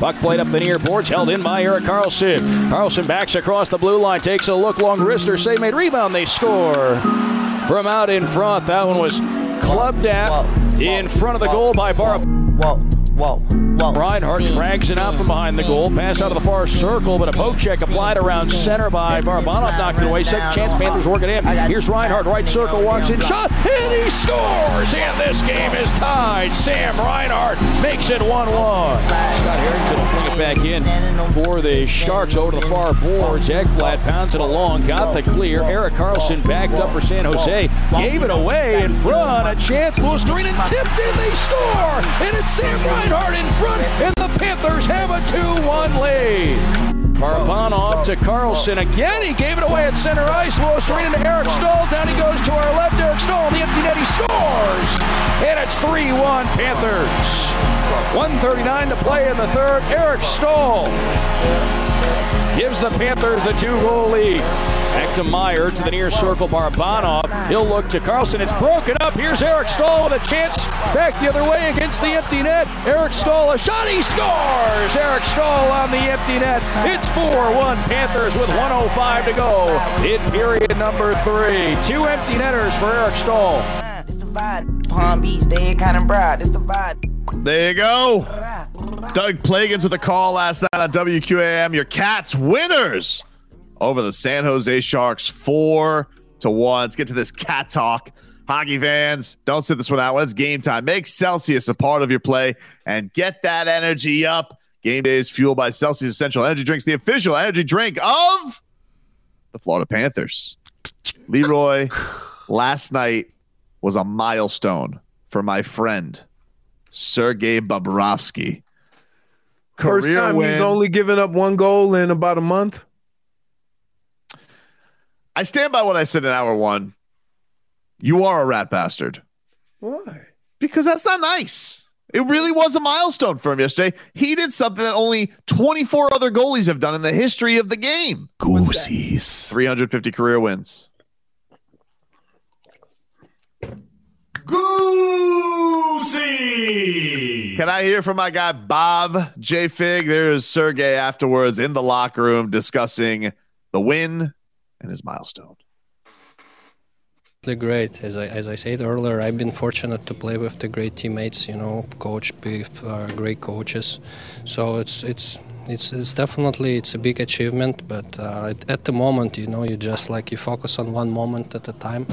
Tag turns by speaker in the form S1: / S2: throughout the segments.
S1: Puck played up the near boards, held in by Eric Carlson. Carlson backs across the blue line, takes a look, long wrister, save made, rebound, they score. From out in front, that one was clubbed at
S2: Whoa, whoa,
S1: in front of the
S2: whoa,
S1: goal by Barra.
S2: Whoa, whoa, whoa.
S1: Reinhardt drags it out from behind the goal. Pass out of the far circle, but a poke check applied around center by Barbanov. Knocked it away. Second chance. Panthers work it in. Here's Reinhardt. Right circle walks in. Shot. And he scores. And this game is tied. Sam Reinhardt makes it 1 1. Scott Harrington will fling it back in for the Sharks over the far boards. Ekblad pounds it along. Got the clear. Eric Carlson backed up for San Jose. Gave it away in front. A chance. Lewis Green and tipped in. They score. And it's Sam Reinhardt in front. And the Panthers have a 2 1 lead. Parabanov to Carlson again. He gave it away at center ice. Lewis Green to Eric Stoll. Down he goes to our left. Eric Stoll. in The empty net. He scores. And it's 3 1 Panthers. 139 to play in the third. Eric Stoll gives the Panthers the two-goal lead. Back to Meyer to the near circle. Barabanov. He'll look to Carlson. It's broken up. Here's Eric Stahl with a chance back the other way against the empty net. Eric Stahl a shot. He scores. Eric Stahl on the empty net. It's 4-1 Panthers with 105 to go in period number three. Two empty netters for Eric Stahl.
S2: It's the vibe. Palm Beach, they kind of broad. It's the vibe.
S3: There you go. Doug Plagans with a call last night on WQAM. Your Cats winners over the San Jose Sharks four to one. Let's get to this cat talk. Hockey fans, don't sit this one out. When it's game time, make Celsius a part of your play and get that energy up. Game day is fueled by Celsius Essential Energy Drinks, the official energy drink of the Florida Panthers. Leroy, last night was a milestone for my friend Sergei Bobrovsky.
S4: First
S3: Career
S4: time he's
S3: win.
S4: only given up one goal in about a month.
S3: I stand by what I said in hour one. You are a rat bastard
S4: Why?
S3: because that's not nice. It really was a milestone for him yesterday. He did something that only 24 other goalies have done in the history of the game
S5: Goosies.
S3: 350 career wins.
S5: Goosies.
S3: Can I hear from my guy, Bob J. Fig? There is Sergey afterwards in the locker room discussing the win and his milestone.
S6: They're great. As I, as I said earlier, I've been fortunate to play with the great teammates, you know, coach with uh, great coaches. So it's it's it's it's definitely it's a big achievement. But uh, at, at the moment, you know, you just like you focus on one moment at a time.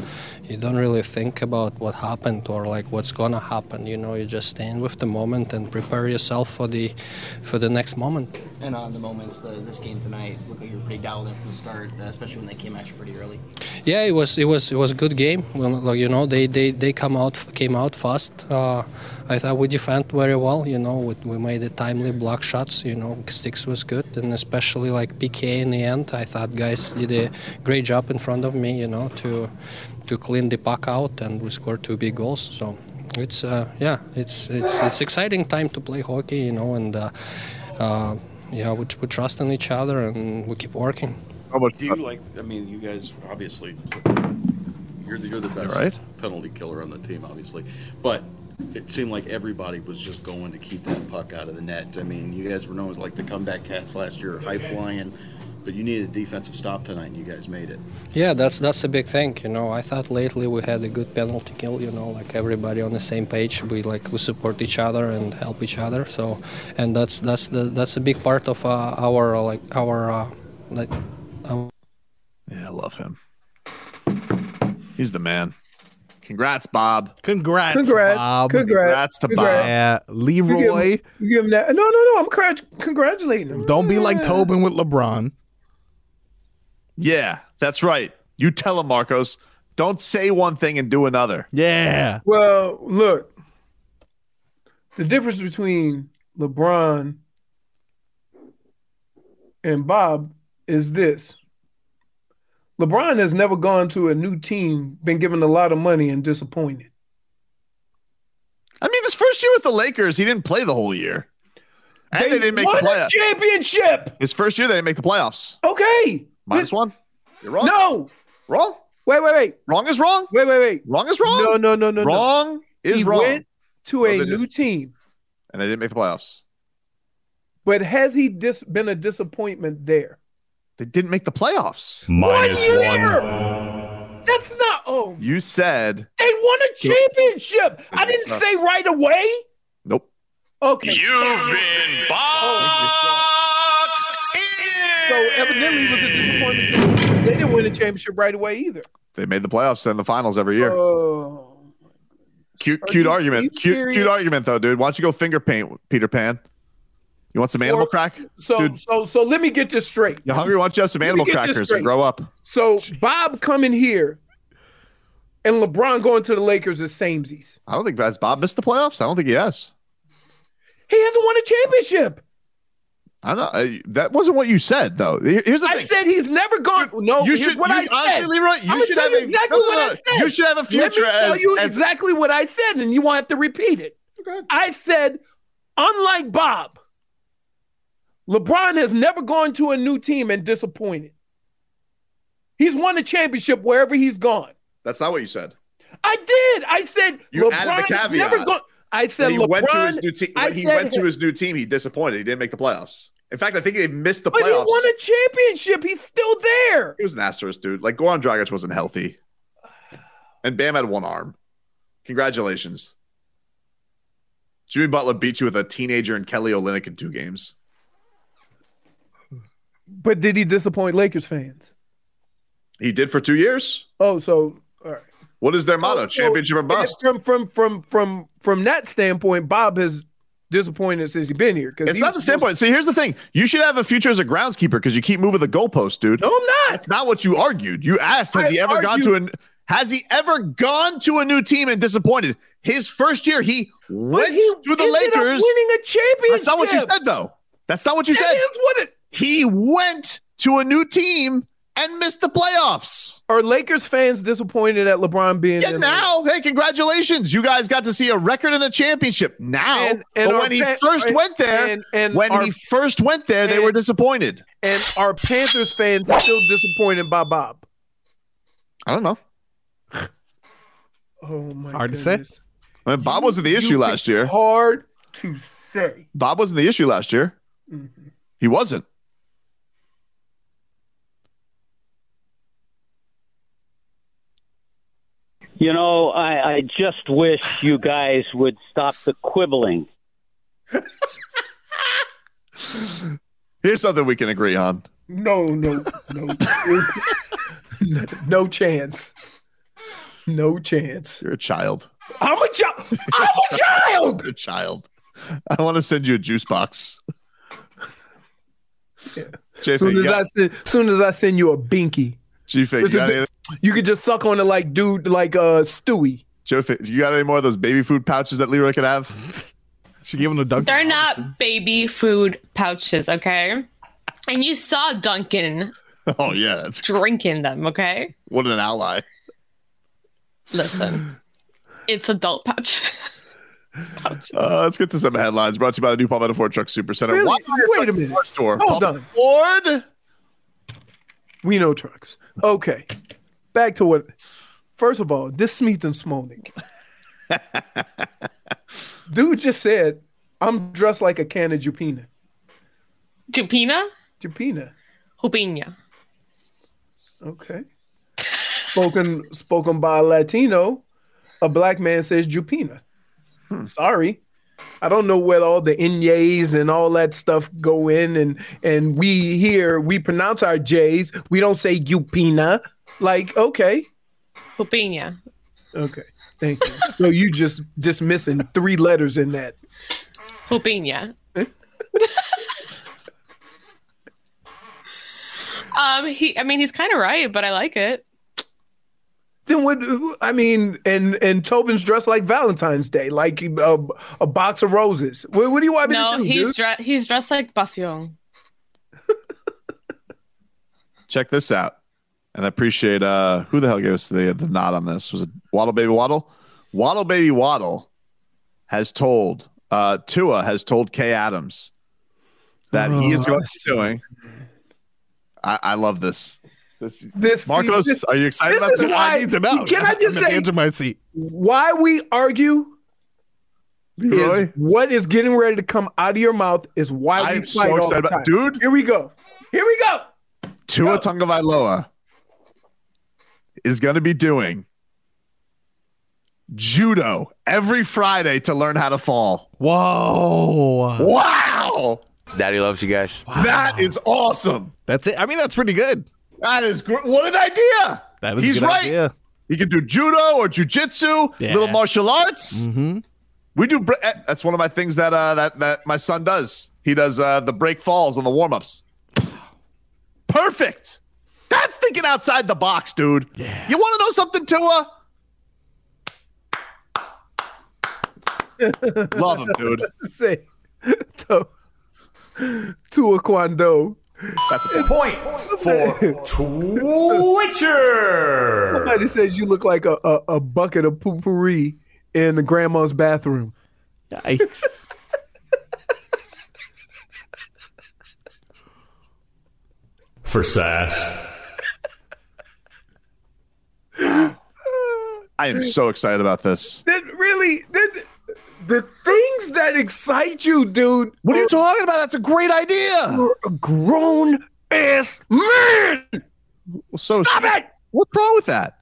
S6: You don't really think about what happened or like what's gonna happen. You know, you just stay in with the moment and prepare yourself for the for the next moment.
S7: And on the moments, the, this game tonight looked like you were pretty dialed in from the start, uh, especially when they came at you pretty early.
S6: Yeah, it was it was it was a good game. Well, like you know, they they, they come out came out fast. Uh, I thought we defend very well. You know, we, we made the timely block shots. You know, sticks was good, and especially like PK in the end. I thought guys did a great job in front of me. You know, to to clean the puck out, and we scored two big goals. So it's uh, yeah, it's it's it's exciting time to play hockey. You know, and uh, uh, yeah, we, we trust in each other and we keep working.
S3: How much
S8: Do
S9: Uh,
S8: you like? I mean, you guys obviously you're the, you're the best
S3: right.
S8: penalty killer on the team, obviously. But it seemed like everybody was just going to keep that puck out of the net. I mean, you guys were known as like the comeback cats last year, high flying, but you needed a defensive stop tonight, and you guys made it.
S6: Yeah, that's that's a big thing, you know. I thought lately we had a good penalty kill, you know, like everybody on the same page. We like we support each other and help each other. So, and that's that's the that's a big part of uh, our uh, like our uh, like
S3: Yeah, I love him. He's the man. Congrats, Bob.
S5: Congrats,
S4: Congrats.
S5: Bob.
S4: Congrats.
S3: Congrats to
S4: Congrats.
S3: Bob.
S5: Yeah,
S4: You give,
S5: Leroy.
S4: him, you give him that. No, no, no. I'm congrat- congratulating him.
S5: Don't be like Tobin with LeBron.
S3: Yeah, that's right. You tell him, Marcos. Don't say one thing and do another.
S5: Yeah.
S4: Well, look, the difference between LeBron and Bob is this LeBron has never gone to a new team, been given a lot of money, and disappointed.
S3: I mean, his first year with the Lakers, he didn't play the whole year. And they, didn't make the
S4: won a
S3: playoffs.
S4: championship.
S3: His first year, they didn't make the playoffs.
S4: Okay.
S3: Minus one. You're wrong.
S4: No.
S3: Wrong.
S4: Wait, wait, wait.
S3: Wrong is wrong.
S4: Wait, wait, wait.
S3: Wrong is wrong.
S4: No, no, no, no, no.
S3: wrong is
S4: he
S3: wrong.
S4: went to
S3: No,
S4: a
S3: they
S4: new team.
S3: And they didn't make the playoffs.
S4: But has he dis- been a disappointment there?
S3: They didn't make the playoffs.
S10: Minus
S4: One
S10: one.
S4: That's not. Oh,
S3: You said
S4: they won a championship. I didn't say right away.
S3: nope.
S4: Okay.
S10: You've been boxed
S4: So evidently, it was a disappointment. to him because They didn't win a championship right away either.
S3: They made the playoffs and the finals every year.
S4: Oh,
S3: cute,
S4: are
S3: cute
S4: you- are you
S3: argument. Cute, cute
S4: serious?
S3: argument though, dude. Why don't you go finger paint, Peter Pan? You want some animal crack?
S4: so
S3: Dude.
S4: so so let me get this straight.
S3: You hungry? Why don't you have some animal
S4: get this
S3: crackers and
S4: straight.
S3: grow up?
S4: So Bob coming here and LeBron going to the Lakers is samesies.
S3: I don't think has Bob missed the playoffs. I don't think he has.
S4: He hasn't won a championship.
S3: I don't. I, that wasn't what you said though. Here- Here's the
S4: I
S3: thing.
S4: said he's never gone. no,
S3: you
S4: here's
S3: should.
S4: what
S3: you-
S4: I said.
S3: honestly, Leroy, you
S4: I'ma
S3: should
S4: tell
S3: have
S4: you
S3: a,
S4: exactly
S3: no, no,
S4: what I
S3: no.
S4: said.
S3: You should have a future
S4: Let me tell
S3: as,
S4: you
S3: as
S4: exactly what I said, and you won't have to repeat it. I said, unlike Bob, LeBron has never gone to a new team and disappointed. He's won a championship wherever he's gone.
S3: That's not what you said.
S4: I did. I said
S3: You
S4: LeBron
S3: added the
S4: has never
S3: caveat.
S4: gone. I said
S3: he
S4: LeBron.
S3: went to his new team.
S4: I
S3: When he
S4: said-
S3: went to his new team, he disappointed. He didn't make the playoffs. In fact, I think they missed the
S4: but he
S3: playoffs.
S4: won a championship. He's still there.
S3: He was an asterisk, dude. Like Goran Dragic wasn't healthy, and Bam had one arm. Congratulations, Jimmy Butler beat you with a teenager and Kelly Olynyk in two games.
S4: But did he disappoint Lakers fans?
S3: He did for two years.
S4: Oh, so all right.
S3: What is their motto?
S4: So- Oh, so-
S3: Championship or bust.
S4: From from from from from that standpoint, Bob has disappointed since he's been here. Because
S3: It's not the standpoint. See, here's the thing: you should have a future as a groundskeeper because you keep moving the goalpost, dude.
S4: No, I'm not.
S3: That's not what you argued. You asked, has
S4: I
S3: he ever gone to an has he ever gone to a new team and disappointed? His first year, he went to the
S4: ended up
S3: Lakers.
S4: winning a championship.
S3: That's not what you said, though. That's not what you
S4: That
S3: said.
S4: is what it.
S3: He went to a new team and missed the playoffs.
S4: Are Lakers fans disappointed at LeBron being
S3: Yeah,
S4: in
S3: now, hey, congratulations. You guys got to see a record and a championship now.
S4: And- and
S3: but
S4: our
S3: when he
S4: pa-
S3: first
S4: and-
S3: went there,
S4: and- and
S3: when
S4: our-
S3: he first went there, they were
S4: and-
S3: disappointed.
S4: and are Panthers fans still disappointed by Bob?
S3: I don't know.
S4: Oh my
S5: Hard to say.
S4: goodness. to
S3: I mean, Bob wasn't the issue last year.
S4: Hard to say.
S3: Bob wasn't the issue last year.
S4: Mm-hmm.
S3: He wasn't.
S11: You know, I, I just wish you guys would stop the quibbling.
S3: Here's something we can agree on.
S4: No, no, no, no chance. No chance.
S3: You're a child.
S4: I'm a child. I'm a child.
S3: You're a child. I want to send you a juice box. J
S4: soon
S3: Fig,
S4: as
S3: you
S4: I
S3: got-
S4: send, soon as I send you a binky,
S3: J Fig, you
S4: Listen,
S3: got
S4: th-
S3: any-
S4: you could just suck on it like dude, like uh Stewie.
S3: Joe Fig, you got any more of those baby food pouches that Leroy could have?
S5: She gave him the dunk.
S12: They're not baby food pouches, okay? And you saw Duncan
S3: Oh yeah, that's
S12: drinking them, okay?
S3: what an ally.
S12: Listen, it's adult pouch. pouches.
S3: Uh, let's get to some headlines brought to you by the new Palmetto Ford Truck Super Center.
S4: Really?
S3: Why-
S4: Wait a minute.
S3: Car Store.
S4: Hold
S3: Palmetto
S4: on.
S3: Ford.
S4: We know trucks. Okay, back to what. First of all, this Smith and Smolnik. dude just said, "I'm dressed like a can of Jupina."
S12: Jupina?
S4: Jupina.
S12: Jupina.
S4: Okay. spoken spoken by a Latino, a black man says Jupina. Sorry. I don't know where all the Nyes and all that stuff go in and and we here we pronounce our J's. We don't say Jupina. Like, okay.
S12: Jupina.
S4: Okay. Thank you. so you just dismissing three letters in that.
S12: Jupina. um, he. I mean, he's kind of right, but I like it.
S4: Then what? I mean, and and Tobin's dressed like Valentine's Day, like a, a box of roses. What, what do you want me to
S12: No,
S4: do?
S12: he's
S4: dude?
S12: dressed. He's dressed like Basion.
S3: Check this out. And I appreciate uh who the hell gave us the the nod on this? Was it Waddle Baby Waddle? Waddle Baby Waddle has told uh Tua has told Kay Adams that he
S4: Oh,
S3: is going to be doing. I, I love this. This
S4: This-
S3: Marcos,
S4: this-
S3: are you excited about
S4: this is
S3: this?
S4: why-
S5: I need to know.
S4: Can
S5: I'm
S4: I just
S5: at the
S4: say-
S5: edge of my seat?
S4: why we argue
S3: Leroy?
S4: is what is getting ready to come out of your mouth is why we
S3: I'm
S4: fight
S3: so
S4: all
S3: excited
S4: the
S3: about-
S4: time.
S3: dude.
S4: Here we go. Here we go.
S3: Tua Tungavailoa is going to be doing judo every Friday to learn how to fall.
S10: Whoa.
S3: Wow.
S9: Daddy loves you guys.
S3: That is awesome.
S10: Ah. That's it. I mean, that's pretty good.
S3: That is great. What an idea.
S10: That is a
S3: He's
S10: good
S3: right.
S10: idea.
S3: He can do judo or jujitsu,
S10: Yeah. Mm-hmm.
S3: little martial arts. We do. Bre- eh, that's one of my things that uh, that that my son does. He does uh, the break falls on the warm ups. Perfect. That's thinking outside the box, dude. You want to know something, Tua? Love him, dude.
S4: Say to Tua Kwando.
S3: That's
S4: a point
S13: for Twitcher.
S4: Somebody says you look like a, a, a bucket of poo-pourri in the grandma's bathroom.
S5: Yikes.
S13: For Sass.
S3: I am so excited about this.
S4: That really that, the things that excite you, dude.
S3: What
S10: Oh.
S3: are you talking about? That's a great idea.
S4: You're a grown ass man.
S3: Well, so
S4: Stop it.
S3: What's wrong with that?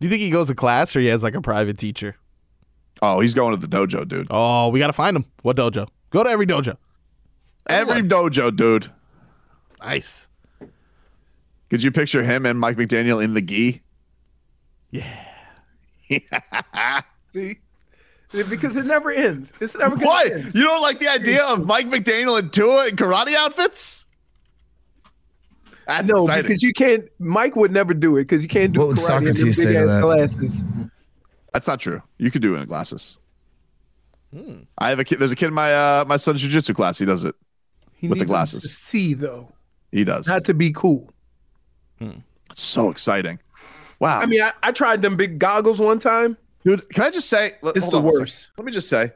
S10: Do you think he goes to class or he has like a private teacher?
S3: Oh, he's going to the dojo, dude.
S10: Oh, we got to find him. What dojo? Go to every dojo.
S3: Every dojo, dude.
S10: Nice.
S3: Could you picture him and Mike McDaniel in the gi? Yeah.
S4: See? Because it never ends. It's never gonna
S3: Why?
S4: end.
S3: You don't like the idea of Mike McDaniel and Tua in karate outfits? That's
S4: no,
S3: exciting.
S4: because you can't. Mike would never do it because you can't do
S3: What would
S4: karate in them
S3: Socrates say to
S4: big-ass
S3: that?
S4: glasses.
S3: That's not true. You could do it in glasses.
S10: Hmm.
S3: I have a kid. There's a kid in my uh, my son's jujitsu class. He does it
S4: He
S3: with the
S4: needs us to
S3: glasses.
S4: see though,
S3: He does.
S4: not to be cool.
S3: It's so exciting. Wow.
S4: I mean, I, I tried them big goggles one time.
S3: Dude, can I just say let-
S4: it's
S3: hold
S4: the
S3: on one second.
S4: worst?
S3: Let me just say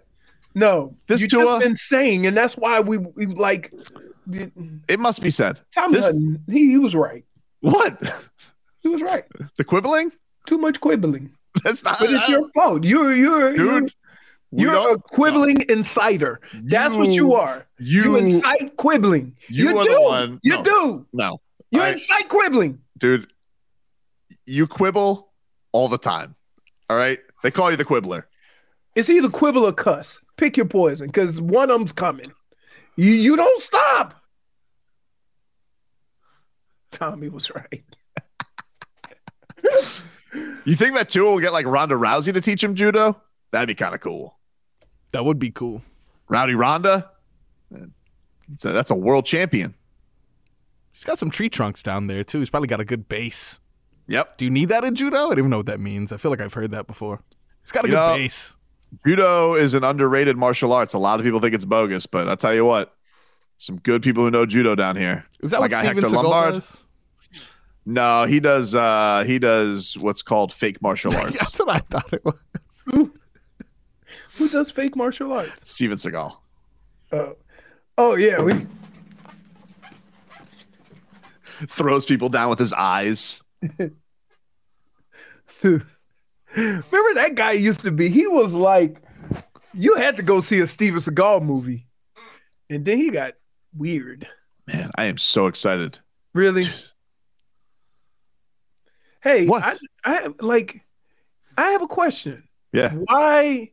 S4: No,
S3: This
S4: you
S3: Tua-
S4: just been saying, and that's why we, we like.
S3: it must be said.
S4: Tom
S3: This-
S4: Hutton, he, he was right.
S3: What?
S4: He was right.
S3: The quibbling?
S4: Too much quibbling.
S3: That's not. uh,
S4: But it's your fault. You're you're you're, you're a quibbling inciter. That's what you
S3: You-
S4: are.
S3: you-
S4: incite quibbling. You,
S3: You are
S4: do.
S3: the one-
S4: You
S3: no.
S4: do.
S3: No.
S4: You
S3: I-
S4: incite quibbling.
S3: dude, you quibble all the time. All right. They call you the quibbler.
S4: It's either quibble or cuss. Pick your poison, because one of them's coming. You you don't stop. Tommy was right.
S3: You think that Tua will get like Ronda Rousey to teach him judo? That'd be kind of cool.
S10: That would be cool.
S3: Rowdy Ronda? So that's a world champion.
S10: He's got some tree trunks down there too. He's probably got a good base.
S3: Yep.
S10: Do you need that in judo? I don't even know what that means. I feel like I've heard that before. He's got a
S3: You
S10: good
S3: know-
S10: base.
S3: Judo is an underrated martial arts. A lot of people think it's bogus, but I tell you what, some good people who know judo down here.
S10: Is that
S3: My
S10: what
S3: guy
S10: Steven
S3: Hector
S10: Seagal
S3: Lombard.
S10: does?
S3: No, he does. Uh, he does what's called fake martial arts.
S10: That's what I thought it was.
S4: Who does fake martial arts?
S3: Steven Seagal.
S4: Oh, oh yeah. We,
S3: throws people down with his eyes.
S4: remember that guy used to be. He was like, you had to go see a Steven Seagal movie, and then he got weird.
S3: Man, I am so excited.
S4: Really? Hey, I, I have like, I have a question.
S3: Yeah.
S4: Why?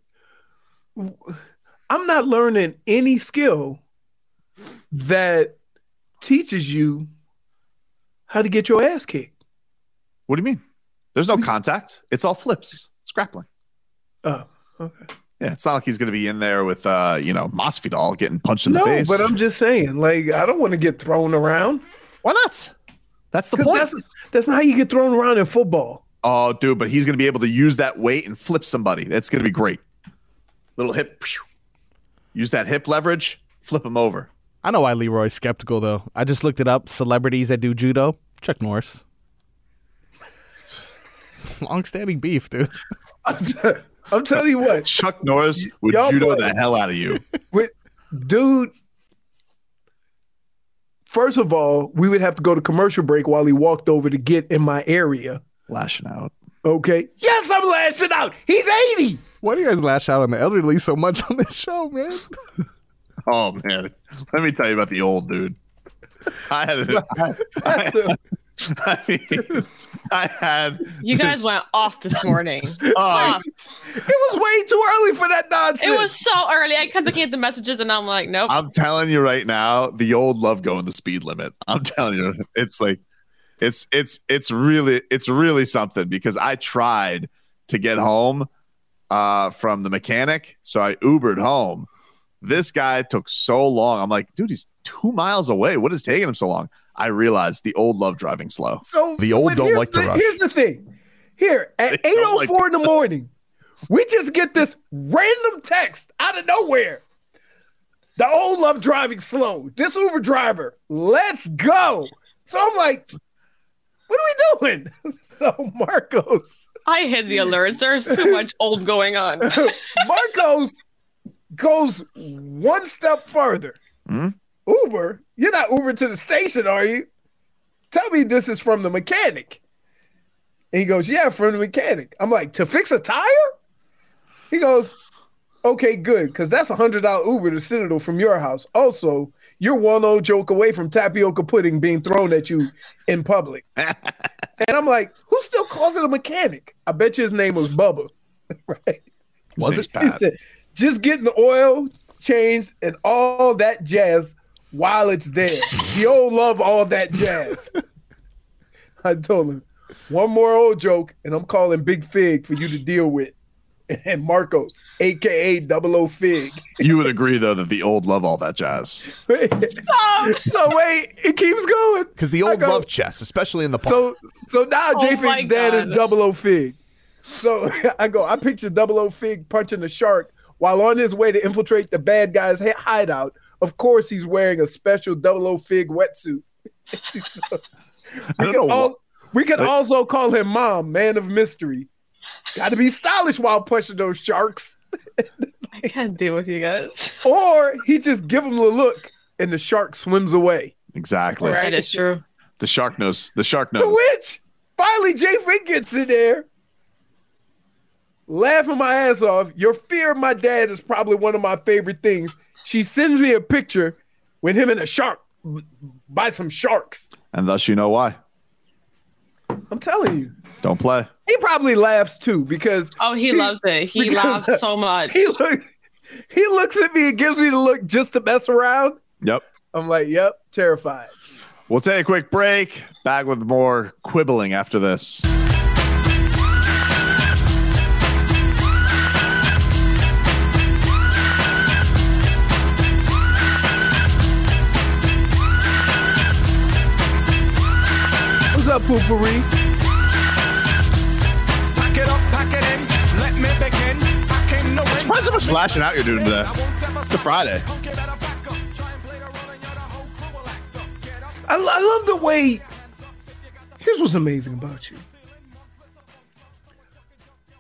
S4: I'm not learning any skill that teaches you how to get your ass kicked.
S3: What do you mean? There's no contact. It's all flips. It's grappling.
S4: Oh, okay.
S3: Yeah, it's not like he's going to be in there with uh, you know, Masvidal getting punched in
S4: no,
S3: the face.
S4: but I'm just saying, like, I don't want to get thrown around.
S3: Why not? That's the
S4: 'Cause
S3: point.
S4: That's, that's not how you get thrown around in football.
S3: oh, dude, but he's going to be able to use that weight and flip somebody. That's going to be great. Little hip. phew. Use that hip leverage. Flip him over.
S10: I know why Leroy's skeptical though. I just looked it up. Celebrities that do judo. Chuck Norris. Long-standing beef, dude.
S4: I'm, t- I'm telling you what,
S3: Chuck Norris would
S4: y'all
S3: judo
S4: play.
S3: the hell out of you.
S4: with, dude. First of all, we would have to go to commercial break while he walked over to get in my area.
S3: Lashing out.
S4: Okay. Yes, I'm lashing out. He's 80.
S10: Why do you guys lash out on the elderly so much on this show, man?
S3: Oh man, let me tell you about the old dude. I had, a- I, mean, I had
S12: You guys
S3: this-
S12: went off this morning.
S3: Oh,
S4: Uh,
S12: Off.
S4: It was way too early for that nonsense.
S12: It was so early. I kept looking at the messages and I'm like, nope.
S3: I'm telling you right now, the old love going the speed limit. I'm telling you, it's like, it's it's it's really it's really something because I tried to get home uh, from the mechanic, so I Ubered home. This guy took so long. I'm like, dude, he's two miles away. What is taking him so long? I realized the old love driving slow.
S4: So but here's the, Here's the thing. Here at eight oh four in the morning, we just get this random text out of nowhere. The old love driving slow. This Uber driver, let's go. So I'm like, what are we doing? So Marcos,
S12: I hid the alerts. There's too much old going on.
S4: Marcos goes one step further.
S3: Hmm?
S4: Uber, you're not Uber to the station, are you? Tell me this is from the mechanic. And he goes, Yeah, from the mechanic. I'm like, To fix a tire? He goes, Okay, good, because that's a hundred dollar Uber to Citadel from your house. Also, you're one old joke away from tapioca pudding being thrown at you in public. and I'm like, Who still calls it a mechanic? I bet you his name was Bubba. right?
S3: Was it
S4: He said, just getting the oil changed and all that jazz while it's there. the old love all that jazz. I told him, one more old joke, and I'm calling Big Fig for you to deal with. And Marcos, aka Double O Fig.
S3: You would agree though that the old love all that jazz.
S12: Oh,
S4: so wait, it keeps going.
S9: Because the old love chess, especially in the park.
S4: So so now
S9: Oh
S4: J
S9: my
S4: Fig's dad is
S9: God.
S4: double O Fig. So I go, I picture double O Fig punching a shark while on his way to infiltrate the bad guy's hi- hideout. Of course, he's wearing a special double O Fig wetsuit. we, can all, we can also call him Mom, Man of Mystery. Got to be stylish while punching those sharks.
S12: I can't deal with you guys.
S4: Or he just give him the look and the shark swims away.
S3: Exactly.
S4: Right, it's
S12: true.
S3: The shark knows. The shark
S4: To
S3: knows.
S4: which finally Jay Fink gets in there, laughing my ass off. Your fear of my dad is probably one of my favorite things. She sends me a picture with him and a shark by some sharks.
S3: And thus you know why.
S4: I'm telling you,
S3: Don't play.
S4: he probably laughs too because
S12: Oh, he loves it. He
S4: because
S12: laughs so much.
S4: He looks, he looks at me and gives me the look just to mess around.
S3: Yep.
S4: I'm like, yep, terrified.
S3: We'll take a quick break. Back with more quibbling after this.
S4: What's up, Poopery?
S14: Pack it up, pack it in. Let me begin. I came to
S3: I'm surprised how much lashing out you're doing today. It's a Friday.
S4: I, lo- I love the way. Here's what's amazing about you.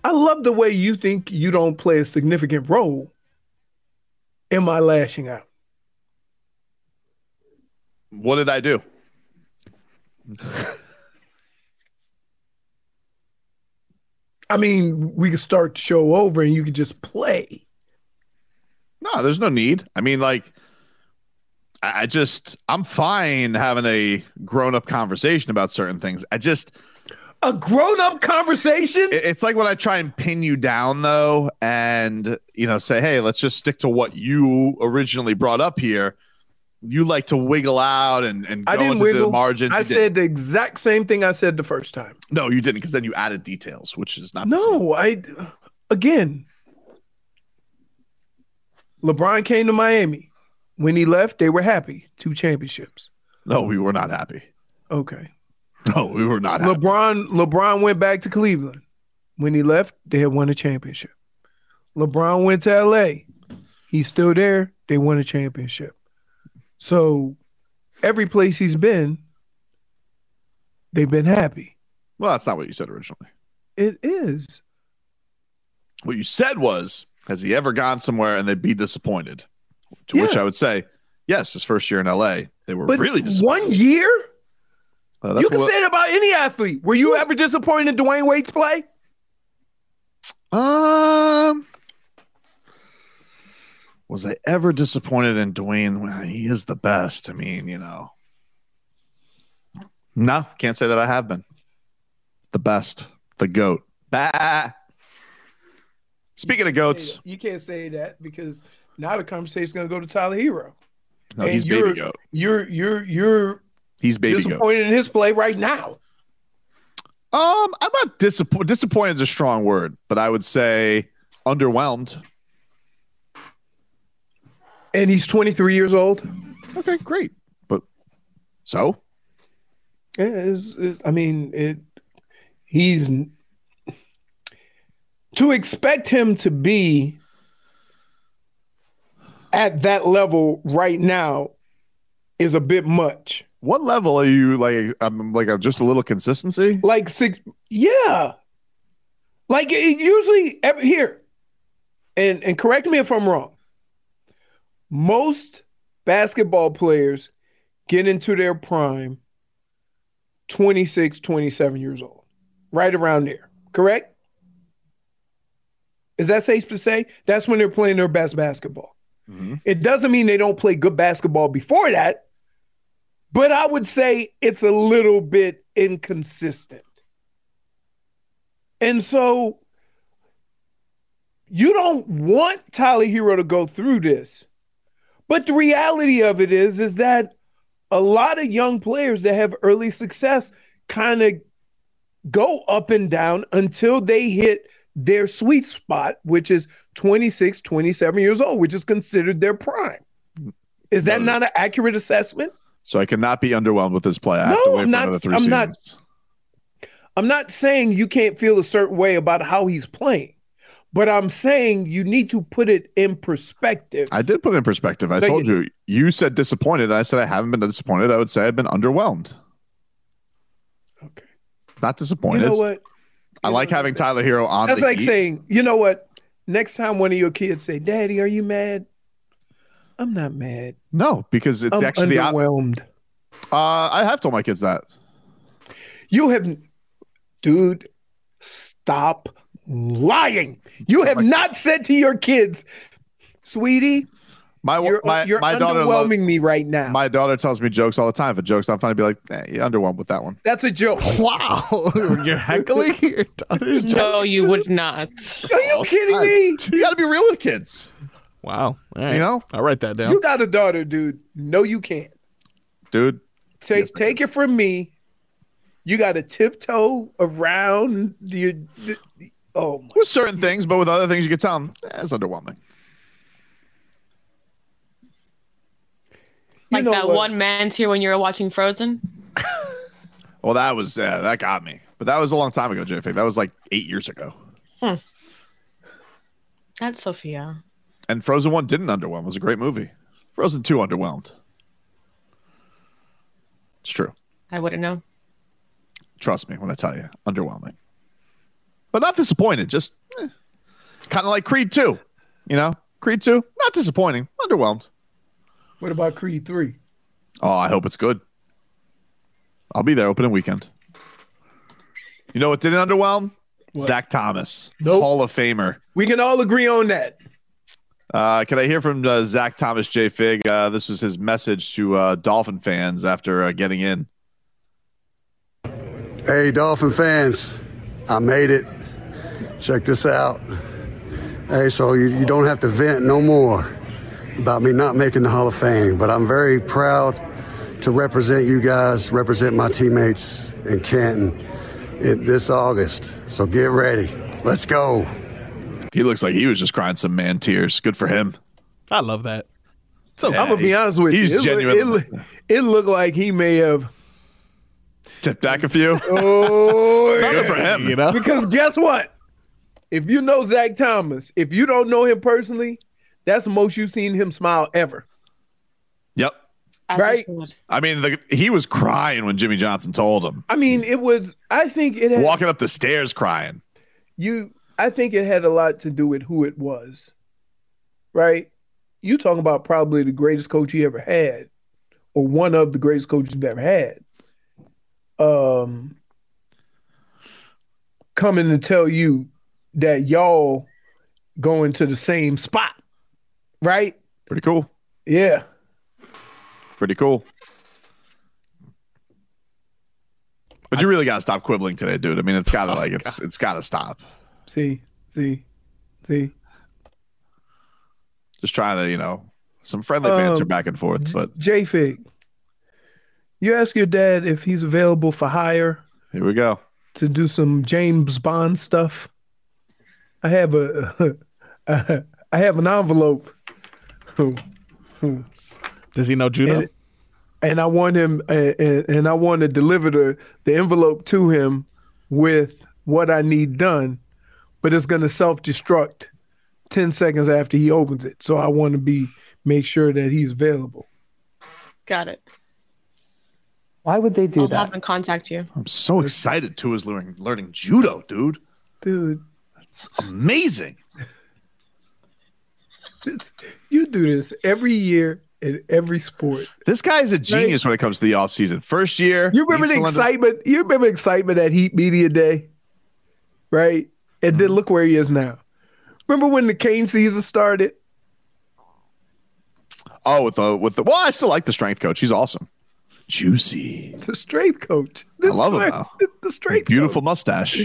S4: I love the way you think you don't play a significant role in my lashing out.
S3: What did I do?
S4: I mean, we could start the show over and you could just play.
S3: No, there's no need. I mean, like, I, I just, I'm fine having a grown up conversation about certain things. I just,
S4: a grown up conversation?
S3: It's like when I try and pin you down, though, and, you know, say, hey, let's just stick to what you originally brought up here. You like to wiggle out and, and go
S4: I didn't
S3: into
S4: wiggle.
S3: the margins.
S4: I
S3: You did.
S4: said the exact same thing I said the first time.
S3: no, you didn't, because then you added details, which is not.
S4: No, I again. LeBron came to Miami. When he left, they were happy. Two championships.
S3: No, we were not happy.
S4: Okay.
S3: No, we were not happy.
S4: LeBron LeBron went back to Cleveland. When he left, they had won a championship. LeBron went to LA. He's still there. They won a championship. So every place he's been, they've been happy.
S3: Well, that's not what you said originally.
S4: It is.
S3: What you said was, has he ever gone somewhere and they'd be disappointed? To which I would say, yes, his first year in LA, they were
S4: But
S3: really disappointed.
S4: one year?
S3: Uh, that's
S4: you can
S3: what-
S4: say it about any athlete. Were you ever disappointed in Dwayne Wade's play?
S3: Um, was I ever disappointed in Dwayne? Well, He is the best. I mean, you know. No, can't say that I have been. The best, the goat. Bah. Speaking of goats,
S4: You can't say that because now the conversation's gonna go to Tyler Hero.
S3: no, he's
S4: you're,
S3: baby goat.
S4: You're you're you're
S3: He's baby goat.
S4: disappointed in his play right now.
S3: Um, I'm not disappointed. Disappointed is a strong word, but I would say underwhelmed.
S4: And he's 23 years old.
S3: Okay, great. But so
S4: Yeah, it's, it, I mean, it. He's to expect him to be at that level right now is a bit much.
S3: What level are you like? I'm like a, just a little consistency.
S4: Like six, yeah. Like it usually ev- here, and and correct me if I'm wrong. Most basketball players get into their prime 26, 27 years old, right around there. Correct? Is that safe to say? That's when they're playing their best basketball. It doesn't mean they don't play good basketball before that, but I would say it's a little bit inconsistent. And so you don't want Tyler Hero to go through this. But the reality of it is is that a lot of young players that have early success kind of go up and down until they hit their sweet spot, which is 26, 27 years old, which is considered their prime. Is that not an accurate assessment?
S3: So I cannot be underwhelmed with this play. I have to wait for another 3
S4: I'm
S3: seasons.
S4: not. I'm not saying you can't feel a certain way about how he's playing, but I'm saying you need to put it in perspective.
S3: I did put it in perspective. I
S4: So
S3: told you. You said disappointed. and I said I haven't been disappointed. I would say I've been underwhelmed. Okay. Not disappointed.
S4: You know what?
S3: I like having Tyler Hero on.
S4: That's
S3: the
S4: like
S3: Heat.
S4: saying, you know what? Next time one of your kids say, "Daddy, are you mad?" I'm not mad.
S3: no, because it's
S4: I'm
S3: actually the op-
S4: underwhelmed.
S3: uh, I have told my kids that.
S4: You have, dude. Stop lying. You have not said to your kids, "Sweetie,
S3: my
S4: you're,
S3: my-
S4: you're
S3: my daughter
S4: underwhelming
S3: loves-
S4: me right now."
S3: My daughter tells me jokes all the time. If a joke's not funny, I'd be like, eh, you're underwhelmed with that one.
S4: That's a joke.
S10: Wow. You're heckling your daughter's
S12: No, you would not.
S4: Are you kidding me?
S3: You got to be real with kids.
S10: Wow. All right.
S3: You know?
S10: I'll write that down.
S4: You got a daughter, dude. No, you can't.
S3: Dude,
S4: Take take it from me. You got to tiptoe around your. th- Oh, my.
S3: with certain things, but with other things, you could tell them eh, it's underwhelming.
S12: Like
S4: know
S12: that
S4: what?
S12: one man's here when you were watching Frozen.
S3: Well, that was uh, that got me, but that was a long time ago, JFK. That was like eight years ago.
S12: That's Sophia.
S3: And Frozen One didn't underwhelm. It was a great movie. Frozen Two underwhelmed. It's true.
S12: I wouldn't know.
S3: Trust me when I tell you, underwhelming. But not disappointed. Just kind of like Creed Two. You know, Creed Two, not disappointing. Underwhelmed.
S4: What about Creed Three?
S3: Oh, I hope it's good. I'll be there opening weekend. You know what didn't underwhelm? Zach Thomas, Hall of Famer.
S4: We can all agree on that.
S3: Uh, can I hear from uh, Zach Thomas J. Fig? Uh, this was his message to uh, Dolphin fans after uh, getting in.
S15: Hey, Dolphin fans, I made it. Check this out. Hey, so you, you don't have to vent no more about me not making the Hall of Fame, but I'm very proud to represent you guys, represent my teammates in Canton in, this August. So get ready. Let's go.
S3: He looks like he was just crying some man tears. Good for him.
S10: I love that.
S3: So
S4: I'm gonna be honest with
S3: he's
S4: you. It look-
S3: genuinely-
S4: It, look- it looked like he may have.
S3: Tip back a few.
S4: Oh,
S3: Something
S4: yeah.
S3: for him, you know?
S4: Because guess what? If you know Zach Thomas, if you don't know him personally, that's the most you've seen him smile ever.
S3: Yep.
S4: Right?
S3: I mean, the, he was crying when Jimmy Johnson told him.
S4: I mean, it was. I think it had
S3: Walking up the stairs crying.
S4: you. I think it had a lot to do with who it was, right? You talking about probably the greatest coach you ever had, or one of the greatest coaches you've ever had. Um, coming to tell you that y'all going to the same spot, right?
S3: Pretty cool.
S4: Yeah.
S3: Pretty cool. But you really gotta stop quibbling today, dude. I mean, it's gotta like it's it's gotta stop.
S4: See, see, see.
S3: Just trying to, you know, some friendly
S4: Um,
S3: banter back and forth. But
S4: J Fig, you ask your dad if he's available for hire
S3: here we go.
S4: to do some James Bond stuff. I have a, I have an envelope.
S10: Does he know Judo?
S4: And, and I want him, and, and I want to deliver the, the envelope to him with what I need done, but it's going to self destruct 10 seconds after he opens it. So I want to be, make sure that he's available.
S12: Got it.
S4: Why would they do
S12: I'll have them contact you.
S3: I'm so excited too is learning learning judo, dude.
S4: Dude.
S3: It's amazing.
S4: It's- you do this every year in every sport.
S3: This guy is a genius when it comes to the offseason. First year.
S4: You remember the
S3: he's still under-
S4: excitement? You remember excitement at Heat Media Day, right? And
S3: Mm-hmm.
S4: then look where he is now. Remember when the Kane season started?
S3: Oh, with the with the well, I still like the strength coach. He's awesome. Juicy.
S4: The strength coach.
S3: I
S4: This
S3: love him
S4: guy-
S3: now.
S4: The strength
S3: Beautiful mustache.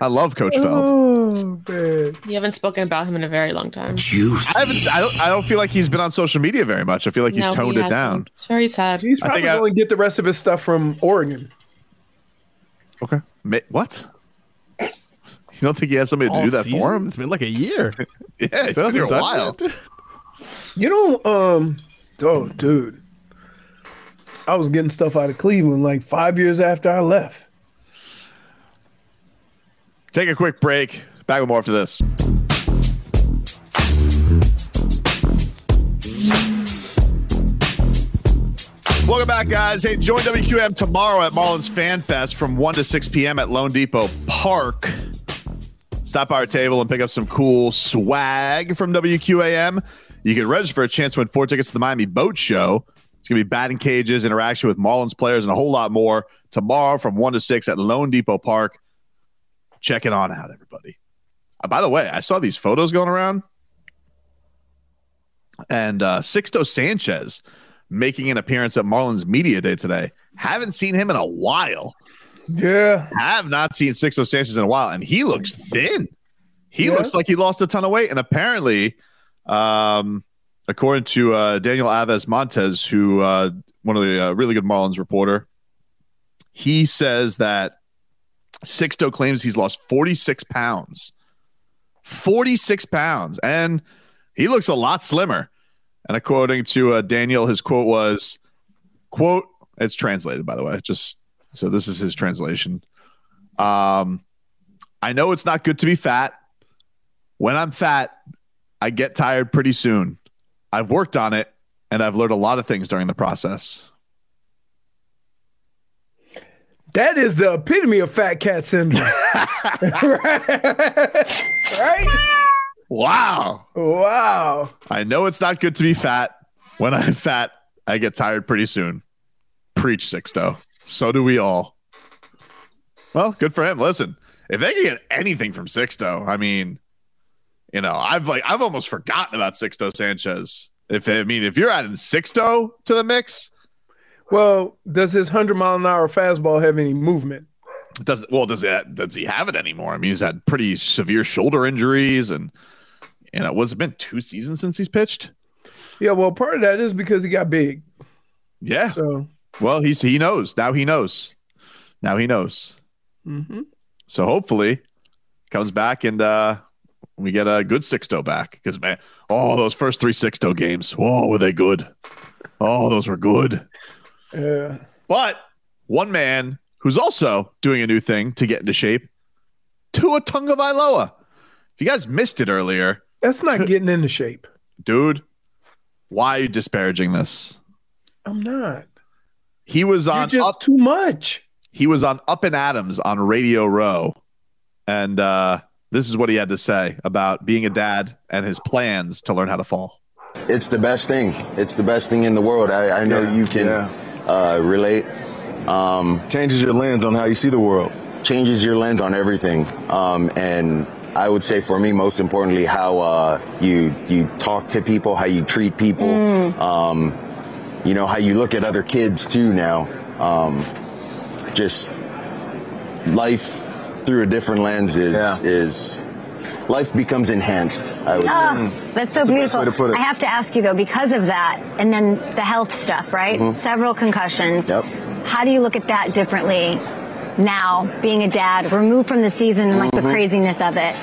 S3: I love Coach Feld.
S4: Oh man.
S12: You haven't spoken about him in a very long time.
S3: Juicy. I haven't I don't I don't feel like he's been on social media very much. I feel like he's
S12: No, he
S3: toned it
S12: hasn't.
S3: down.
S12: It's very sad.
S4: He's probably
S3: think I-
S4: going to get the rest of his stuff from Oregon.
S3: Okay. Ma- what? You don't think he has somebody to
S4: All
S3: do that for
S4: season?
S3: him?
S4: It's been like a year.
S3: yeah, it's been here a while.
S4: You know, um, oh dude, I was getting stuff out of Cleveland like five years after I left.
S3: Take a quick break. Back with more after this. Welcome back, guys. Hey, join WQM tomorrow at Marlins Fan Fest from 1 to 6 p.m. at Lone Depot Park. Stop by our table and pick up some cool swag from WQAM. You can register for a chance to win four tickets to the Miami Boat Show. It's going to be batting cages, interaction with Marlins players, and a whole lot more tomorrow from 1 to 6 at Lone Depot Park. Check it on out, everybody. Uh, by the way, I saw these photos going around and uh, Sixto Sanchez making an appearance at Marlins Media Day today. Haven't seen him in a while.
S4: Yeah.
S3: Have not seen Sixto Sanchez in a while, and he looks thin. He
S4: Yeah.
S3: looks like he lost a ton of weight, and apparently, um, according to uh, Daniel Aves Montez, who uh, one of the uh, really good Marlins reporter, he says that Sixto claims he's lost 46 pounds. 46 pounds. And he looks a lot slimmer. And according to uh, Daniel, his quote was, quote, it's translated, by the way, just so this is his translation. Um, I know it's not good to be fat. When I'm fat, I get tired pretty soon. I've worked on it and I've learned a lot of things during the process.
S4: That is the epitome of fat cat syndrome. right?
S3: Wow.
S4: Wow.
S3: I know it's not good to be fat. When I'm fat, I get tired pretty soon. Preach Sixto. So do we all. Well, good for him. Listen, if they can get anything from Sixto, I mean, you know, I've like I've almost forgotten about Sixto Sanchez. If I mean, if you're adding Sixto to the mix,
S4: Well, does his 100 mile an hour fastball have any movement?
S3: does well does that does he have it anymore? I mean, he's had pretty severe shoulder injuries, and you know, was it been two seasons since he's pitched?
S4: Yeah, well, part of that is because he got big.
S3: Yeah.
S4: So,
S3: Well, he's he knows now. He knows now. He knows.
S4: mhm.
S3: So hopefully comes back and uh we get a good sixto back because man, oh those first three sixto games, oh were they good? Oh, those were good.
S4: yeah.
S3: But one man who's also doing a new thing to get into shape, Tua Tunga Vailoa. If you guys missed it earlier,
S4: That's not getting into shape.
S3: dude, why are you disparaging this?
S4: I'm not.
S3: He was on up
S4: too much.
S3: He was on Up and Adams on Radio Row, and uh, this is what he had to say about being a dad and his plans to learn how to fall.
S16: it's the best thing. It's the best thing in the world. I, I know you can uh, relate. Um, changes your lens on how you see the world. Changes your lens on everything. Um, and
S4: I would say for me, most importantly, how uh, you you talk to people, how you treat people,
S17: Mm.
S4: um, you know, how you look at other kids too now. Um, just life through a different lens is is life becomes enhanced. I would say.
S12: Oh, that's so
S4: Mm. That's the best
S12: beautiful.
S4: way to put it.
S12: I have to ask you though, because of that, and then the health stuff, right?
S4: Mhm.
S12: Several concussions.
S4: Yep.
S12: How do you look at that differently now, being a dad, removed from the season and like the
S4: Mhm.
S12: craziness of it?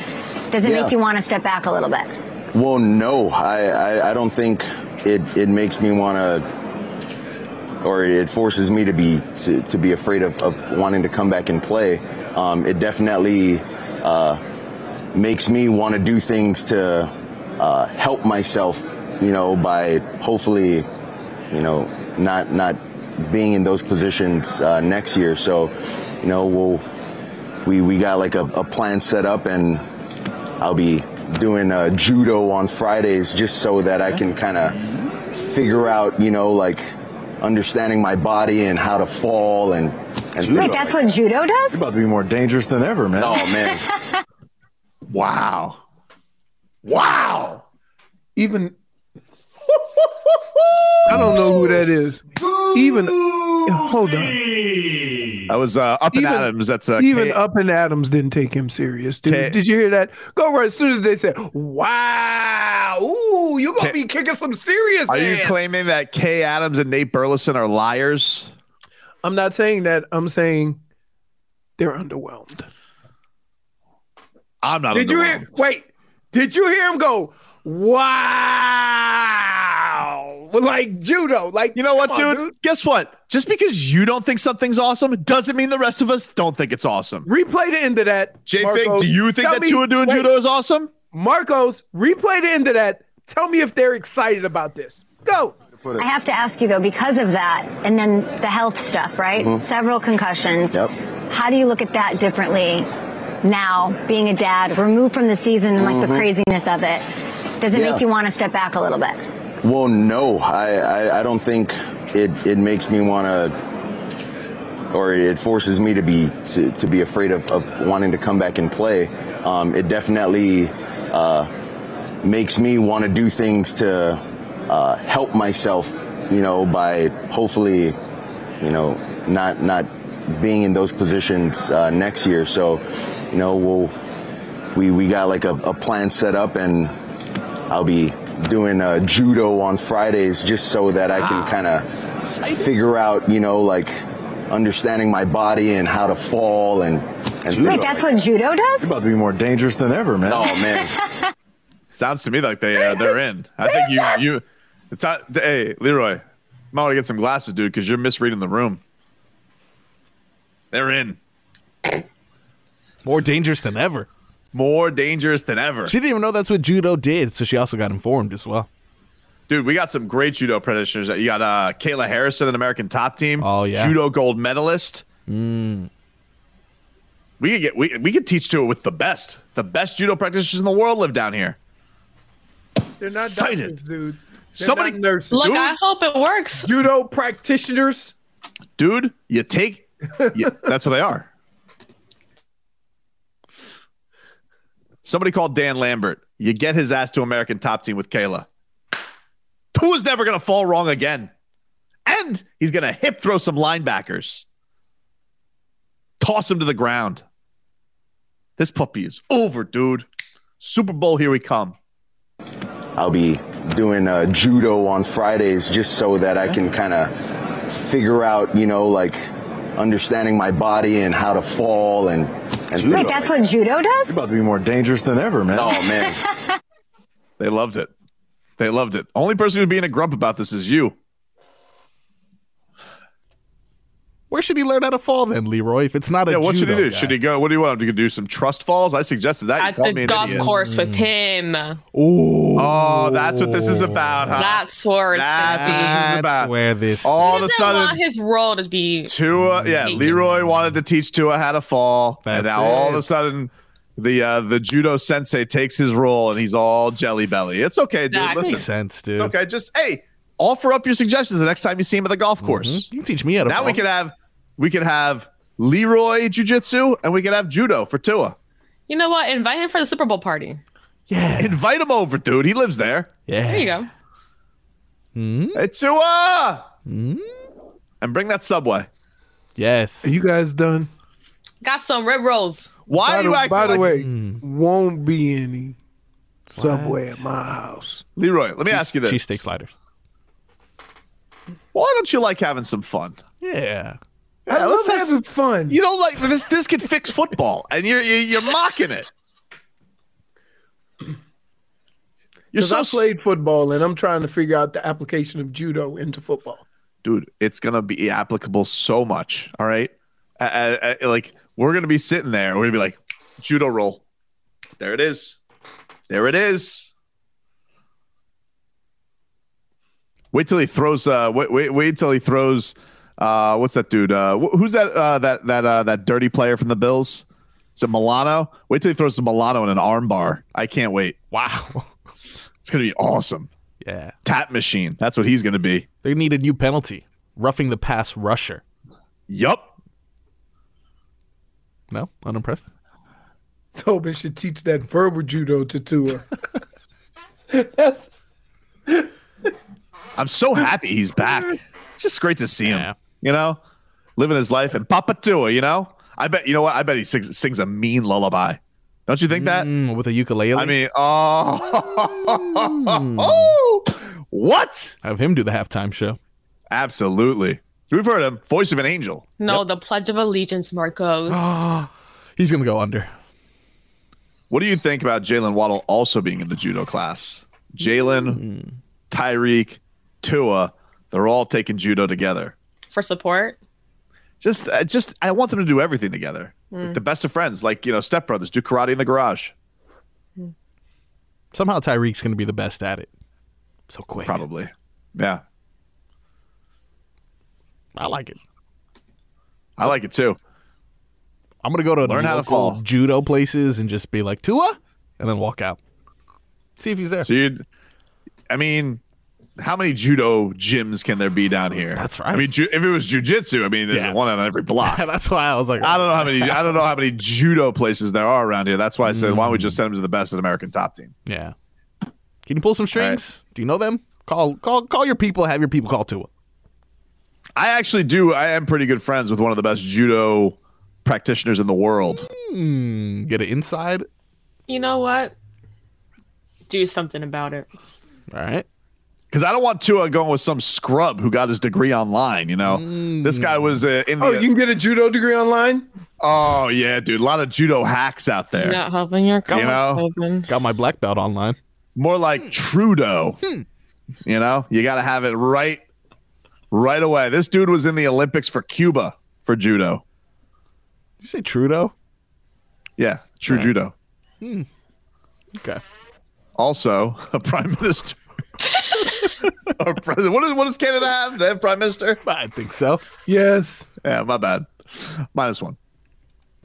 S12: Does it
S4: Yeah.
S12: make you want to step back a little bit?
S4: Well, no, I, I, I don't think it, it makes me want to, or it forces me to be to, to be afraid of, of wanting to come back and play. Um, it definitely uh, makes me want to do things to uh, help myself, you know, by hopefully, you know, not not being in those positions uh, next year. So, you know, we'll we we got like a, a plan set up and I'll be doing uh, judo on Fridays just so that I can kind of figure out, you know, like understanding my body and how to fall and and
S12: Wait, that's what judo does?
S18: about to be more dangerous than ever, man.
S4: Oh man.
S3: wow. Wow.
S1: Even I don't know who that is. Even hold on.
S3: I was uh, up in
S1: Even-
S3: Adams. That's uh,
S1: Even
S3: K-
S1: Up and Adams didn't take him serious. Did,
S3: K-
S1: did you hear that? Go right as soon as they said, "Wow, ooh, you're gonna
S3: K-
S1: be kicking some serious."
S3: Are you
S1: ass."
S3: claiming that Kay Adams and Nate Burleson are liars?
S1: I'm not saying that. I'm saying they're underwhelmed.
S3: I'm not.
S1: Did you
S3: underwhelmed.
S1: hear? Wait, did you hear him go? Wow, like judo, like
S3: You know what,
S1: come on,
S3: dude? Guess what? Just because you don't think something's awesome doesn't mean the rest of us don't think it's awesome.
S1: Replay the end of that.
S3: Jay
S1: Marcos.
S3: Fink, do you think
S1: Tell
S3: that
S1: me-
S3: Tua doing
S1: wait.
S3: judo is awesome?
S1: Marcos, replay the end of that. Tell me if they're excited about this. Go.
S12: I have to ask you though, because of that, and then the health stuff, right?
S3: Mm-hmm.
S1: Mhm.
S12: Several concussions.
S1: Yep.
S12: How do you look at that differently now, being a dad, removed from the season and like the
S3: Mm-hmm.
S4: Mhm.
S12: craziness of it? Does it
S4: Yeah.
S12: make you want to step back a little bit?
S4: Well, no, I, I, I don't think it, it makes me want to, or it forces me to be to, to be afraid of, of wanting to come back and play. Um, it definitely uh, makes me want to do things to uh, help myself, you know, by hopefully, you know, not not being in those positions uh, next year. So, you know, we'll we, we got like a, a plan set up and I'll be doing uh, judo on Fridays just so that I
S18: Ah.
S4: can kind of figure out, you know, like understanding my body and how to fall and, and
S12: Wait, that's what judo
S18: You're
S12: does?
S18: about to be more dangerous than ever, man.
S4: Oh man.
S3: Sounds to me like they uh, they're in. I think you you. It's not. Hey, Leroy, might want to get some glasses, dude, because you're misreading the room. They're in.
S8: More dangerous than ever.
S3: More dangerous than ever.
S8: She didn't even know that's what judo did, so she also got informed as well.
S3: Dude, we got some great judo practitioners. You got uh, Kayla Harrison, an American top team. Oh
S8: yeah.
S3: judo gold medalist. We could get we we could teach to it with the best. The best judo practitioners in the world live down here.
S1: They're not
S3: Excited.
S1: doctors, dude. They're
S3: Somebody-
S1: not nurses.
S3: Look, I
S1: hope it works. Judo practitioners.
S3: Dude, you take you, that's what they are. Somebody called Dan Lambert. You get his ass to American top team with Kayla. Who is never gonna fall wrong again? And he's gonna hip throw some linebackers. Toss him to the ground. This puppy is over, dude. Super Bowl, here we come.
S4: I'll be doing uh, judo on Fridays just so that I can kind of figure out, you know, like understanding my body and how to fall and, and
S12: Wait, that's what judo does?
S18: You're about to be more dangerous than ever, man.
S4: Oh man.
S3: They loved it. They loved it. Only person who's being a grump about this is you.
S8: Where should he learn how to fall then, Leroy? If it's not a
S3: yeah, what should he
S8: judo
S3: do?
S8: guy?
S3: Should he go? What do you want him to do? Some trust falls? I suggested that. You
S19: at
S3: called me
S19: the
S3: an
S19: golf
S3: idiot.
S19: course with
S8: Mm.
S19: him.
S8: Ooh.
S3: Oh, that's what this is about, huh?
S19: That's where it's
S3: That's what
S19: gonna
S3: this is about.
S8: where this
S19: be.
S3: all of
S19: He
S3: a
S19: doesn't want
S3: sudden,
S19: his role to be.
S3: Tua. Yeah, Leroy wanted to teach Tua how to fall, and
S8: That's
S3: now all of
S8: it.
S3: a sudden, the uh, the judo sensei takes his role, and he's all jelly belly. It's okay, dude.
S8: That
S3: Listen,
S8: makes sense, dude.
S3: It's okay. Just hey, offer up your suggestions the next time you see him at the golf course.
S8: You can teach me how to
S3: Now we
S8: fall.
S3: can have we can have Leroy jujitsu, and we can have judo for Tua.
S12: You know what? Invite him for the Super Bowl party.
S3: Yeah. Invite him over, dude. He lives there.
S12: There
S8: Eh.
S12: you go.
S3: It's Tua! And bring that subway.
S10: Yes.
S4: Are you guys done?
S12: Got some rib rolls.
S4: by the, By the way,
S10: Hmm.
S4: won't be any subway at my house.
S3: Leroy, let me ask you this.
S10: Cheesesteak sliders.
S3: Why don't you like having some fun?
S10: Yeah.
S4: I love having fun.
S3: You don't like this. This could fix football, and you're you're, you're mocking it. You're
S4: 'Cause
S3: so
S4: I
S3: s-
S4: played football, and I'm trying to figure out the application of judo into football.
S3: dude it's gonna be applicable so much all right uh, uh, uh, like we're gonna be sitting there we're gonna be like judo roll there it is there it is wait till he throws uh wait wait, wait till he throws uh what's that dude uh wh- who's that uh that that uh that dirty player from the bills is it milano wait till he throws the milano in an arm bar i can't wait wow it's gonna be awesome
S10: yeah
S3: tap machine that's what he's gonna be
S10: They need a new penalty. Roughing the pass rusher.
S3: Yup.
S10: No, unimpressed.
S4: Tobin should teach that verbal judo to Tua. That's
S3: I'm so happy he's back. It's just great to see him. You know, living his life and Papa Tua. You know, I bet you know what I bet he sings, sings a mean lullaby. Don't you think
S1: Mm,
S10: that with a ukulele?
S3: I mean, oh, what?
S10: Have him do the halftime show.
S3: Absolutely. We've heard him. Voice of an angel.
S12: No, the Pledge of Allegiance, Marcos.
S10: He's gonna go under.
S3: What do you think about Jalen Waddle also being in the judo class? Jalen, Tyreek, Tua, they're all taking judo together.
S12: for support.
S3: Just, I just, I want them to do everything together. Like
S12: Mm.
S3: the best of friends, like you know, stepbrothers do karate in the garage.
S10: Somehow Tyreek's gonna be the best at it. So quick.
S3: Probably. Yeah.
S10: I like it.
S3: I like it too.
S10: I'm gonna go to
S3: Learn how to
S10: local
S3: fall.
S10: judo places and just be like Tua, and then walk out. See if he's there.
S3: So you, I mean, how many judo gyms can there be down here? That's right. I mean, ju- if it was jujitsu, I mean, there's one on every block.
S10: That's why I was like,
S3: I don't know how many. I don't know how many judo places there are around here. That's why I said, why don't we just send them to the best of the American top team?
S10: Yeah. Can you pull some strings? Do you know them? Call call call your people. Have your people call Tua.
S3: I actually do. I am pretty good friends with one of the best judo practitioners in the world.
S10: get it inside.
S12: You know what? Do something about it.
S10: All right.
S3: Because I don't want Tua going with some scrub who got his degree online. You know, this guy was uh, in the.
S4: Oh, you can get a judo degree online.
S3: Oh yeah, dude, a lot of judo hacks out there.
S12: Not helping your cause,
S3: you know,
S10: got my black belt online.
S3: More
S10: Hmm.
S3: like Trudeau. You know, you got to have it right, right away. This dude was in the Olympics for Cuba for judo.
S10: Did you say Trudeau?
S3: Yeah, true
S10: All right.
S3: judo.
S10: Hmm. Okay.
S3: Also, a prime minister. Or president. What, is, what does Canada have? They have prime minister.
S10: I think so.
S4: Yes.
S3: Yeah, my bad. Minus one.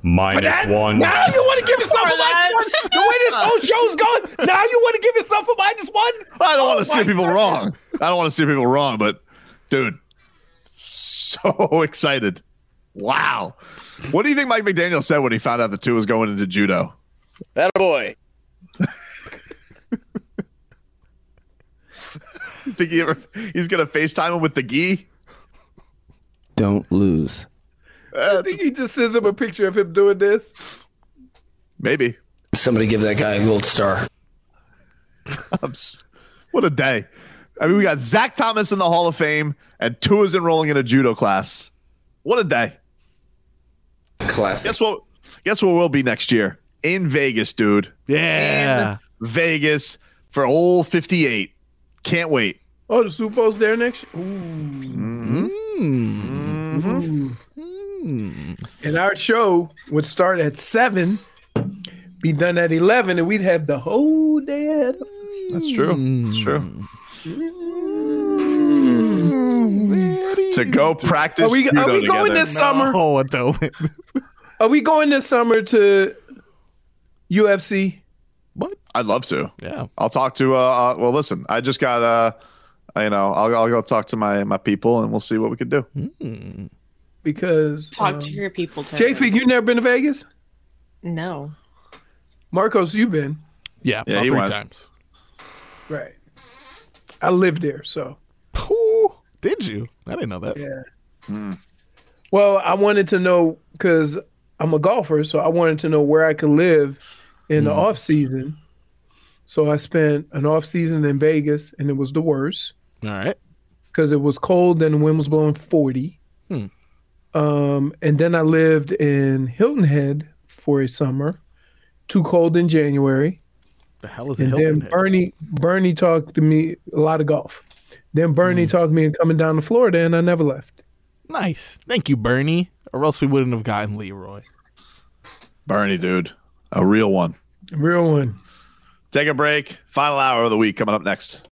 S13: Minus one.
S14: Now you want to give yourself a minus one? The way this whole show's going, now you want to give yourself a minus one?
S3: I don't
S4: Oh
S3: want to see people wrong. I don't want to see people wrong, but dude, so excited. Wow. What do you think Mike McDaniel said when he found out the two was going into judo?
S20: That boy.
S3: Think he ever, he's going to FaceTime him with the gi?
S20: Don't lose.
S4: I think he just sends him a picture of him doing this.
S3: Maybe.
S20: Somebody give that guy a gold star.
S3: I'm s- what a day. I mean, we got Zach Thomas in the Hall of Fame and two is enrolling in a judo class. What a day.
S20: Classic.
S3: Guess what? Guess where we'll be next year? In Vegas, dude.
S10: Yeah.
S3: In Vegas for old 58. Can't wait.
S4: Oh, the Super Bowl's there next year. Ooh. Ooh. Mm-hmm. And our show would start at seven, be done at eleven, and we'd have the whole day ahead. of us.
S3: That's true. Mm. That's true. To go practice
S4: Are we- are
S3: judo
S4: we going
S3: together.
S4: this summer?
S10: Oh, I don't.
S4: Are we going this summer to UFC?
S3: I'd love to.
S10: Yeah.
S3: I'll talk to. Uh, uh, well, listen, I just got. Uh, you know, I'll, I'll go talk to my my people, and we'll see what we can do.
S4: Because
S12: Talk
S4: um,
S12: to your people, Taylor.
S4: JP, you never been to Vegas?
S12: No. Marcos, you've been
S1: Yeah,
S12: Yeah,
S1: about
S12: he
S1: three
S12: won.
S1: times.
S12: right. I lived there, so.
S21: Did you? I didn't know that.
S12: Yeah. Well, I wanted to know because I'm a golfer, so I wanted to know where I could live in
S21: Hmm.
S12: the off season. So I spent an off season in Vegas, and it was the worst.
S1: All right.
S12: Because it was cold and the wind was blowing forty.
S1: Hmm.
S12: Um, and then I lived in Hilton Head for a summer. Too cold in January.
S21: The hell is a
S12: and
S21: Hilton
S12: then
S21: head?
S12: Bernie Bernie talked to me a lot of golf. Then
S1: Hmm.
S12: Bernie talked me into coming down to Florida, and I never left.
S1: Nice. Thank you, Bernie. Or else we wouldn't have gotten Leroy.
S3: Bernie, dude. A real one.
S12: Real one.
S3: Take a break. Final hour of the week coming up next.